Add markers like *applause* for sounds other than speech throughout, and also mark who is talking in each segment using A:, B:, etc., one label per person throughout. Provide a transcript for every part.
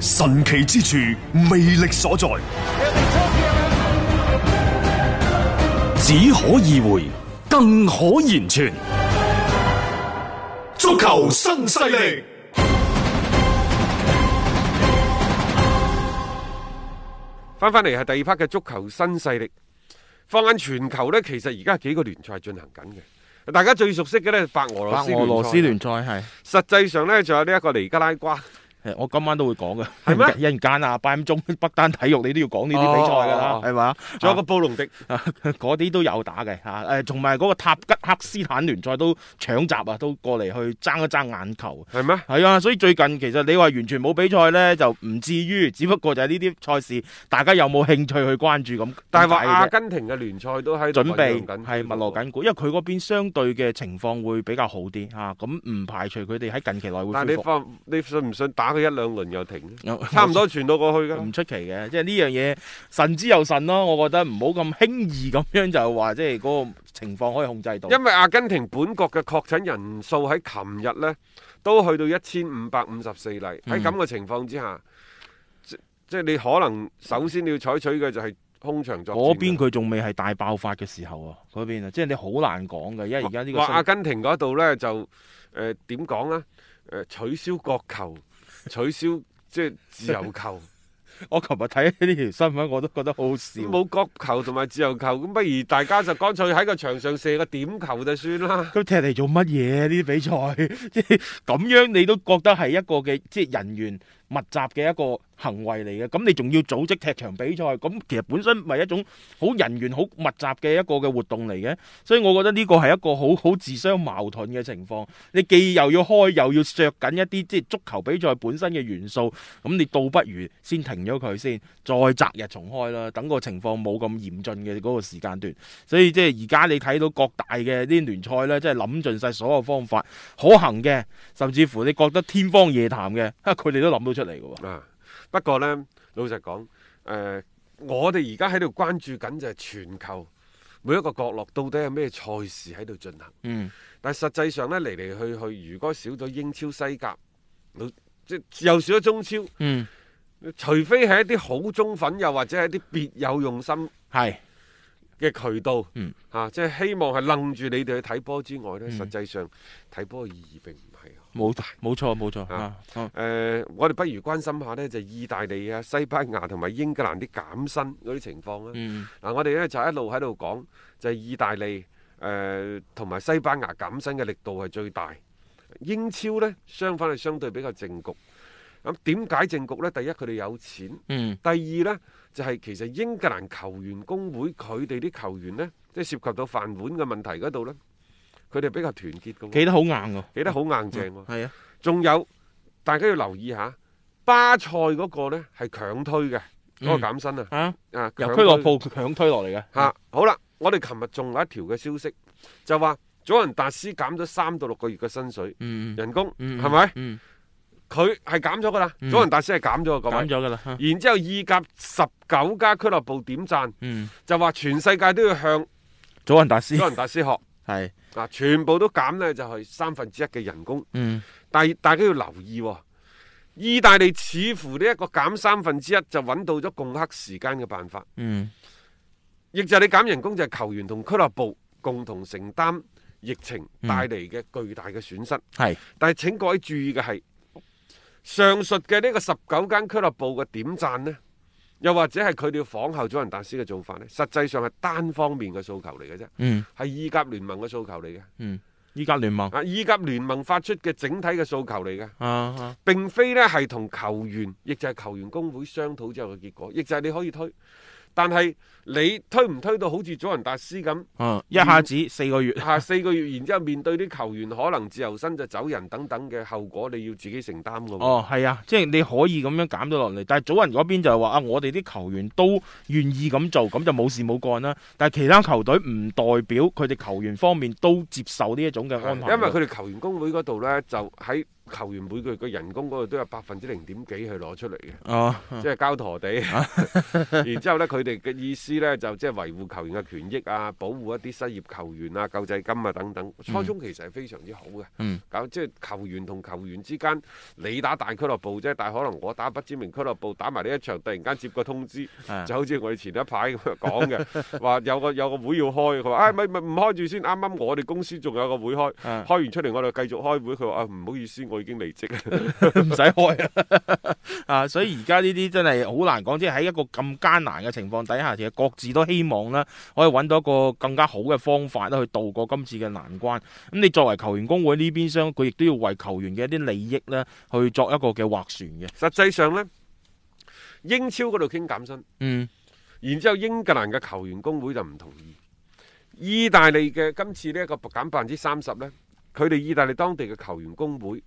A: 神奇之處，魅力所在，
B: 只可意會，更可言傳。
A: 足球新勢力。
C: 翻翻嚟係第二 part 嘅足球新勢力。放眼全球呢，其實而家幾個聯賽進行緊嘅。大家最熟悉嘅呢，白俄羅
D: 白
C: 斯
D: 俄羅斯
C: 聯
D: 聯賽係
C: 賽。實際上呢，仲有呢一個尼加拉瓜。
D: 係我今晚都會講嘅，
C: 係咩
D: *laughs* 一陣間啊，八點鐘 *laughs* 北單體育你都要講呢啲比賽㗎啦
C: 哦，
D: 係嘛？
C: 仲有個布隆迪，
D: 啊嗰啲都有打嘅嚇，誒同埋嗰個塔吉克斯坦聯賽都搶閘啊，都過嚟去爭一爭眼球。
C: 係咩？
D: 係啊，所以最近其實你話完全冇比賽呢，就唔至於，只不過就係呢啲賽事，大家有冇興趣去關注咁？
C: 但係話
D: 咁解嘅啫
C: 阿根廷嘅聯賽都喺度
D: 準備
C: 醖釀緊
D: 係密鑼緊鼓，因為佢嗰邊相對嘅情況會比較好啲嚇，咁、唔排除佢哋喺近期內會
C: 但
D: 恢
C: 係
D: 復
C: 你。放你信唔信打佢一兩輪又
D: *laughs*
C: 停？
D: 有
C: 差唔多傳到過去㗎啦
D: 唔。出奇嘅，即係呢樣嘢神之又神咯。我覺得唔好咁輕易咁樣就話，即係嗰個情況可以控制到。
C: 因為阿根廷本國嘅確診人數喺琴日呢都去到一千五百五十四例，喺
D: 嗯
C: 咁嘅情況之下，即即係你可能首先你要採取嘅就係空場作啊戰
D: 嗰
C: 㗎
D: 邊佢仲未係大爆發嘅時候啊，嗰邊啊，即係你好難講嘅，因為而家呢個
C: 話
D: 新
C: 阿根廷嗰度呢，就誒點講呢？誒、取消國
D: *laughs*
C: 球，取消即係自由球，
D: 我琴日睇呢條新聞，我都覺得好好笑。
C: 冇國球同埋自由球，咁不如大家就乾脆喺個場上射個點球就算啦。
D: 咁踢嚟做乜嘢？呢啲比賽 *laughs* 即係咁樣，你都覺得係一個嘅即係人員密集嘅一個行為嚟嘅。咁你仲要組織踢場比賽，咁其實本身咪一種好人員好密集嘅一個嘅活動嚟嘅。所以我覺得呢個係一個好好自相矛盾嘅情況。你既又要開，又要削緊一啲即係足球比賽本身嘅元素，咁你倒不如先停咗佢先，再擇日重開啦。等個情況冇咁嚴峻嘅嗰個時間段。所以即係而家你睇到各大嘅呢啲聯賽呢，即係諗盡晒所有方法可行嘅，甚至乎你覺得天方夜譚嘅， *laughs* 啊佢哋都諗到出嚟嘅喎。
C: 啊，不過呢，老實講，誒、我哋而家喺度關注緊就係全球每一個角落到底有咩賽事喺度進行。
D: 嗯，
C: 但係實際上呢，嚟嚟去去，如果少咗英超、西甲，老即又少咗中超，
D: 嗯，
C: 除非係一啲好忠粉，又或者係一啲別有用心
D: 係
C: 嘅渠道，
D: 嗯
C: 啊，即係希望係楞住你哋去睇波之外呢，實際上睇波嘅意義並唔係。
D: 冇冇錯冇錯
C: 啊
D: 啊！啊
C: 誒、我哋不如關心下呢，就意大利啊、西班牙同埋英格蘭啲減薪嗰啲情況啦。啊
D: 嗯，
C: 嗱，我哋咧就一路喺度講，就係意大利誒同埋西班牙減薪嘅力度係最大。英超呢，相反係相對比較正局。咁點解正局呢？第一佢哋有錢，
D: 嗯，
C: 第二呢，就係、其實英格蘭球員工會佢哋啲球員呢，即係涉及到飯碗嘅問題嗰度呢，佢哋比較團結嘅喎，
D: 企得好硬喎，
C: 企得好硬淨喎。
D: 係啊，
C: 仲有大家要留意下，巴塞嗰個呢係強推嘅嗰、
D: 嗯
C: 個減薪啊，
D: 啊
C: 啊
D: 由
C: 強
D: 俱
C: 推
D: 樂部強推落嚟嘅，
C: 嚇、好啦，我哋琴日仲有一條嘅消息，就話佐仁達斯減咗三到六個月嘅薪水
D: 嗯，嗯
C: 人工，
D: 嗯
C: 係咪、
D: 嗯，
C: 佢係減咗噶啦，
D: 嗯
C: 佐仁達斯係減咗噶，各
D: 減
C: 位。
D: 咗㗎啦，啊
C: 然之後意甲十九家俱樂部點贊，
D: 嗯，
C: 就話全世界都要向
D: 祖雲達斯
C: 佐仁達斯學
D: 係，
C: 啊，全部都減呢，就係三分之一嘅人工。
D: 嗯，
C: 但係大家要留意、喎，意大利似乎呢一個減三分之一就揾到咗共克時間嘅辦法，
D: 嗯，
C: 亦就係你減人工就係球員同俱樂部共同承擔疫情
D: 嗯
C: 帶嚟嘅巨大嘅損失。
D: 係，
C: 但係請各位注意嘅係，上述嘅呢個十九間俱樂部嘅點贊呢，又或者係佢哋要仿效祖雲達斯嘅做法呢？實際上係單方面嘅訴求嚟嘅啫，
D: 嗯
C: 係意甲聯盟嘅訴求嚟嘅。
D: 嗯，依家聯盟
C: 啊，意甲聯盟發出嘅整體嘅訴求嚟嘅，
D: 啊啊，
C: 並非呢係同球員，亦就係球員工會商討之後嘅結果，亦就係你可以推，但係你推唔推到好似祖雲達斯
D: *laughs*
C: 咁？
D: 啊一下子四個月，
C: 下四個月，然之後面對啲球員可能自由身就走人等等嘅後果，你要自己承擔嘅喎。
D: 哦，係啊，即係你可以咁樣減到落嚟，但係祖云嗰邊就係話啊，我哋啲球員都願意咁做，咁就冇事冇幹啦。但係其他球隊唔代表佢哋球員方面都接受呢一種嘅
C: 係
D: 安排，
C: 因為佢哋球員工會嗰度呢，就喺球員每個月嘅人工嗰度都有百分之零點幾去攞出嚟嘅，
D: 哦，
C: 即係交陀
D: *laughs*
C: 地。然之後呢，佢哋嘅意思呢，就即係維護球員嘅權益啊，保護一啲失業球員啊、救濟金啊等等。初衷其實係非常之好嘅。
D: 嗯
C: 搞即係球員同球員之間，你打大俱樂部啫，但係可能我打不知名俱樂部打埋呢一場，突然間接個通知。
D: 啊
C: 就好似我哋前一排咁樣講
D: *laughs*
C: 嘅，話有個有個會要開，佢話哎唉咪咪唔開住先，啱啱我哋公司仲有個會開，
D: 啊
C: 開完出嚟我哋繼續開會，佢話啊唔好意思，我已經離職啦。
D: 唔使開啊！啊，所以而家呢啲真係好難講，即係喺一個咁艱難嘅情況底下，其實各自都希望啦，可以揾到一個更加好嘅方法啦，去渡過今次嘅難關。咁你作為球員工會呢邊商，佢亦都要為球員嘅一啲利益呢去作一個嘅劃船嘅。
C: 實際上呢，英超嗰度傾減薪，
D: 嗯，
C: 然之後英格蘭嘅球員工會就唔同意，意大利嘅今次呢一個減百分之三十呢，佢哋意大利當地嘅球員工會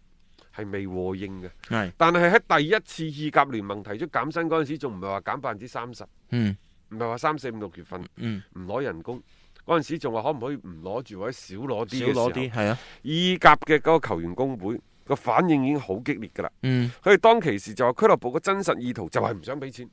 C: 係未和應嘅，
D: 係，
C: 但係喺第一次意甲聯盟提出減薪嗰陣時，仲唔係話減百分之三十，
D: 嗯
C: 唔係話三四五六月份。
D: 嗯，
C: 唔攞人工。嗰陣時仲話可唔可以唔攞住或者少攞啲
D: 少
C: 嘅時候
D: 攞啲係啊，
C: 意甲嘅嗰個球員工會個反應已經好激烈㗎啦。
D: 嗯，
C: 佢哋當其時就話俱樂部嘅真實意圖就係唔想俾錢，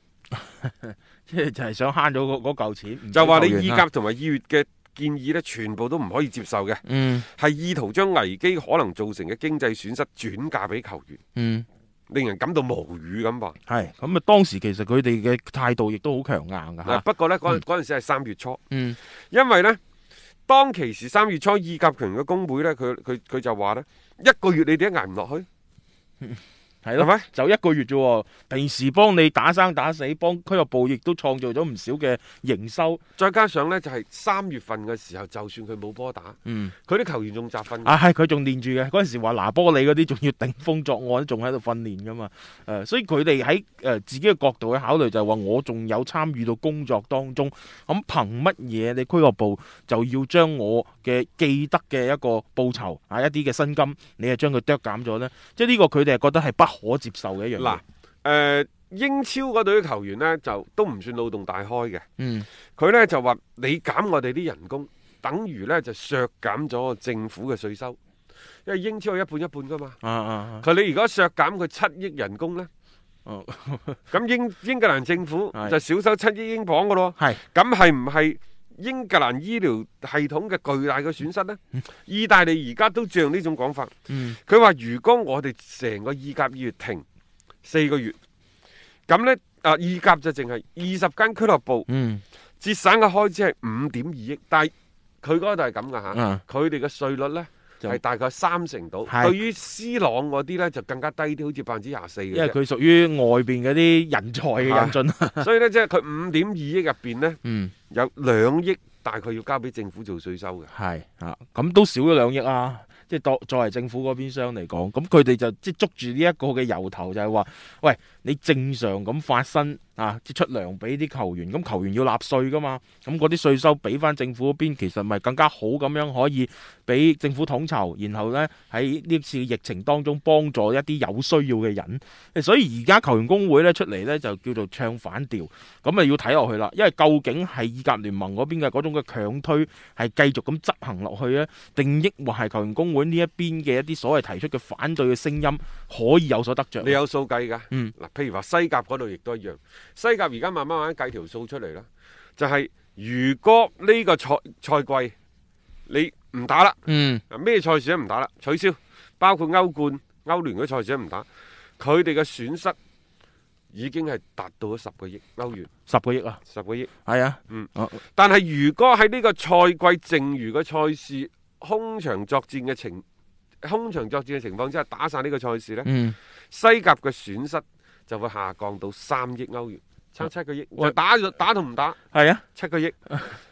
D: 即係就係想慳咗嗰嗰嚿錢，
C: 就話
D: 話
C: 你意甲，同埋意乙嘅建議呢，全部都唔可以接受嘅，
D: 嗯
C: 係意圖將危機可能造成嘅經濟損失轉嫁俾球員，
D: 嗯。
C: 令人感到無語咁話。
D: 係咁啊！當時其實佢哋嘅態度亦都好強硬噶
C: 嗱
D: 嚇，
C: 不過呢，嗰嗰陣時係三月初，
D: 啊嗯
C: 因為呢，當其時三月初意甲球員嘅工會呢，佢佢佢就話呢，一個月你哋都捱唔落去。
D: 係咯
C: 係咪，
D: 就一個月啫喎。平時幫你打生打死，幫俱樂部亦都創造咗唔少嘅營收。
C: 再加上呢，就係、三月份嘅時候，就算佢冇波打，
D: 嗯，
C: 佢啲球員仲集訓。
D: 啊係佢仲練住嘅嗰陣時話拿波里嗰啲仲要頂風作案，仲喺度訓練噶嘛。誒、所以佢哋喺誒自己嘅角度去考慮就係話，我仲有參與到工作當中，咁憑乜嘢你俱樂部就要將我嘅記得嘅一個報酬啊一啲嘅薪金，你係將佢剁減咗呢？即係呢個佢哋係覺得係不可接受嘅一樣嘢。
C: 嗱，誒、英超嗰隊球員呢，就都唔算腦洞大開嘅，
D: 嗯。
C: 佢呢就話你減我哋啲人工，等於呢就削減咗政府嘅税收，因為英超有一半一半噶嘛。
D: 啊啊
C: 佢你如果削減佢七億人工呢，
D: 哦，
C: 咁英英格蘭政府
D: 係
C: 就少收七億英鎊噶咯。
D: 係
C: 咁係唔係英格蘭醫療系統嘅巨大嘅損失呢？意大利而家都像呢種講法。
D: 嗯
C: 佢話：如果我哋成個意甲二月停四個月，咁呢，啊意甲就淨係二十間俱樂部
D: 嗯
C: 節省嘅開支係五點二億，但係佢嗰度係咁噶嚇，
D: 啊
C: 佢哋嘅稅率呢
D: 就
C: 係大概三成到，
D: 係
C: 對於斯朗嗰啲呢就更加低啲，好似百分之廿四
D: 因為
C: 嘅
D: 佢屬於外邊嗰啲人才嘅引進， *laughs*
C: 啫。 *laughs* 所以呢，即係佢五點二億入邊呢，
D: 啊嗯，
C: 有兩億大概要交俾政府做税收嘅。
D: 係啊，咁都少咗兩億啊！即係作作為政府嗰邊商嚟講，咁佢哋就即係捉住呢一個嘅由頭，就係話：喂，你正常咁發薪啊，即係出糧俾啲球員，咁球員要納税噶嘛，咁嗰啲税收俾翻政府嗰邊，其實咪更加好咁樣可以俾政府統籌，然後呢，喺呢次疫情當中幫助一啲有需要嘅人。所以而家球員工會呢出嚟呢，就叫做唱反調。咁啊要睇落去啦，因為究竟係意甲聯盟嗰邊嘅嗰種嘅強推係繼續咁執行落去咧，定抑或係球員工會呢一邊嘅一啲所謂提出嘅反對嘅聲音可以有所得着？啊
C: 你有數計㗎？
D: 嗯
C: 嗱，譬如話西甲嗰度亦都一樣，西甲而家慢慢慢慢計條數出嚟啦，就係、如果呢個賽賽季你唔打啦，
D: 嗯
C: 啊咩賽事都唔打啦，取消，包括歐冠、歐聯嗰啲賽事都唔打，佢哋嘅損失已經係達到咗十個億歐元，
D: 十個億啊，
C: 十個億。
D: 係啊，
C: 嗯
D: 啊
C: 但係如果喺呢個賽季剩餘嘅賽事空場作戰嘅情空場作戰嘅情況之下打晒呢個賽事呢，
D: 嗯
C: 西甲嘅損失就會下降到三億歐元。差七個億，
D: 喂
C: 就打就打同唔打
D: 係啊，
C: 七
D: *laughs*
C: 個億。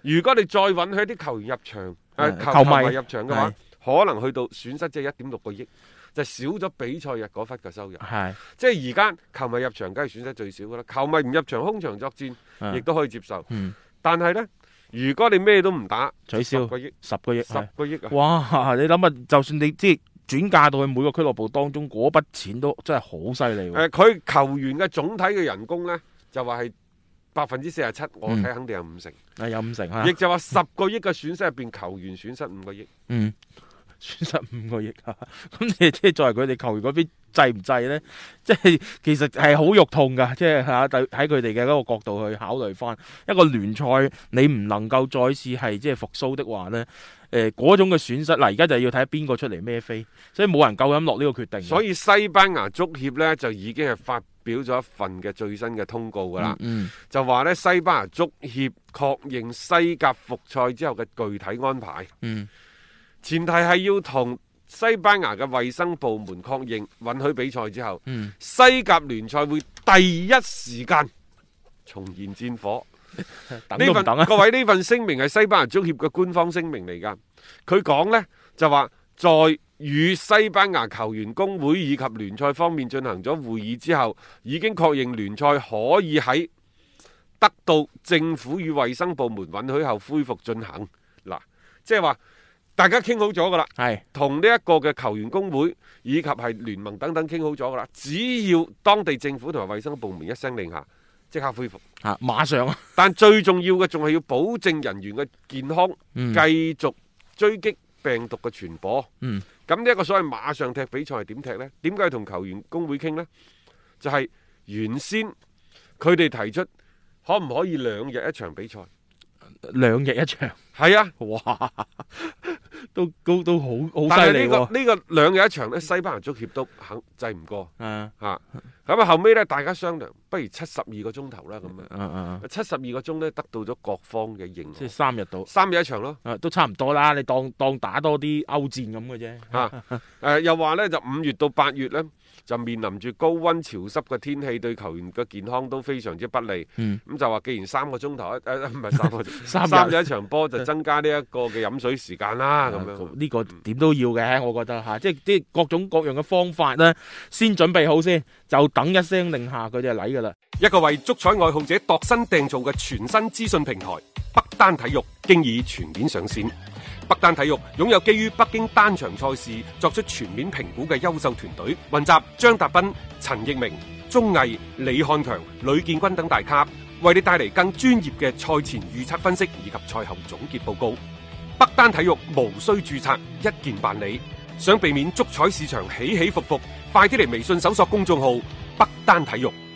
C: 如果你再允許啲球員入場，
D: 啊
C: 誒球
D: 球
C: 球
D: 迷
C: 迷入場嘅話，可能去到損失即係一點六個億，就少咗比賽日嗰忽嘅收入。
D: 係
C: 即係而家球迷入場梗係損失最少噶啦，球迷唔入場空場作戰
D: 啊
C: 亦都可以接受。
D: 嗯
C: 但係呢，如果你咩都唔打，
D: 取消
C: 十個億，
D: 十個億係
C: 十個億啊！
D: 哇！你諗下，就算你即係轉嫁到去每個俱樂部當中，嗰筆錢都真係好犀利
C: 誒，
D: 喎。
C: 佢球員嘅總體嘅人工呢，就話係百分之四十七，我睇肯定有五成，
D: 啊，有五成嗯啊
C: 亦，就話十個億嘅損失入邊，球員損失五個億。
D: 嗯，損失五個億啊！ *laughs* 咁你即係作為佢哋球員嗰邊制唔制呢？ *laughs* 即係其實係好肉痛㗎，即係嚇喺佢哋嘅嗰個角度去考慮翻一個聯賽，你唔能夠再次係即係復甦的話呢，誒、嗰種嘅損失嗱，而家就要睇邊個出嚟孭飛，所以冇人夠膽落呢個決定。
C: 所以西班牙足協呢，就已經係發表咗一份嘅最新嘅通告㗎啦。
D: 嗯，
C: 就話呢，西班牙足協確認西甲復賽之後嘅具體安排。
D: 嗯，
C: 前提係要同西班牙嘅衛生部門確認允許比賽之後，
D: 嗯
C: 西甲聯賽會第一時間重燃戰火。
D: 等
C: 呢
D: 都唔
C: 份
D: 等啊！
C: 各位呢份聲明係西班牙足協嘅官方聲明嚟㗎。佢講呢，就話，在與西班牙球員工會以及聯賽方面進行咗會議之後，已經確認聯賽可以喺得到政府與衛生部門允許後恢復進行。嗱，即係話大家傾好咗㗎啦。
D: 係
C: 同呢一個嘅球員工會以及係聯盟等等傾好咗噶啦，只要當地政府同埋衛生部門一聲令下，即刻恢復。
D: 嚇、啊，馬上啊！
C: 但最重要嘅仲係要保證人員嘅健康，
D: 嗯
C: 繼續追擊病毒嘅傳播。
D: 嗯
C: 咁呢一個所謂馬上踢比賽係點踢呢？點解要同球員工會傾呢？就係、原先佢哋提出可唔可以兩日一場比賽？
D: 兩日一場，
C: 係啊，
D: 哇，都都都好好
C: 但
D: 犀
C: 係
D: 利
C: 呢、個
D: 喎！
C: 呢、個兩日一場呢，西班牙足協都肯制唔過。
D: 啊
C: 嚇。咁啊，後尾咧，大家商量，不如七十二個鐘頭啦，咁樣。
D: 啊啊！
C: 七十二個鐘咧，得到咗各方嘅認
D: 即
C: 可，
D: 係三日到，
C: 三日一場咯。
D: 啊都差唔多啦。你當當打多啲歐戰咁嘅啫。
C: *laughs* 嚇、誒、啊呃又話呢，就五月到八月呢，就面臨住高温潮濕嘅天氣，對球員嘅健康都非常之不利。咁、
D: 嗯
C: 就話，既然三個鐘頭一，誒唔係三個鐘
D: *laughs* 三日
C: 日一場波，就增加呢一個嘅飲水時間
D: *laughs*
C: 啦，咁樣。
D: 啊呢個點都要嘅，我覺得嚇，即係啲各種各樣嘅方法咧，先準備好先，就等一聲令下佢就嚟㗎啦。
E: 一個為足彩愛好者度身訂造嘅全新資訊平台北單體育，經已全面上線。北單體育擁有基於北京單場賽事作出全面評估嘅優秀團隊，雲集張達斌、陳奕明、鐘毅、李漢強、呂建軍等大咖，為你帶嚟更專業嘅賽前預測分析以及賽後總結報告。北單體育無需註冊，一鍵辦理。想避免足彩市場起起伏伏，快啲嚟微信搜索公眾號北單體育。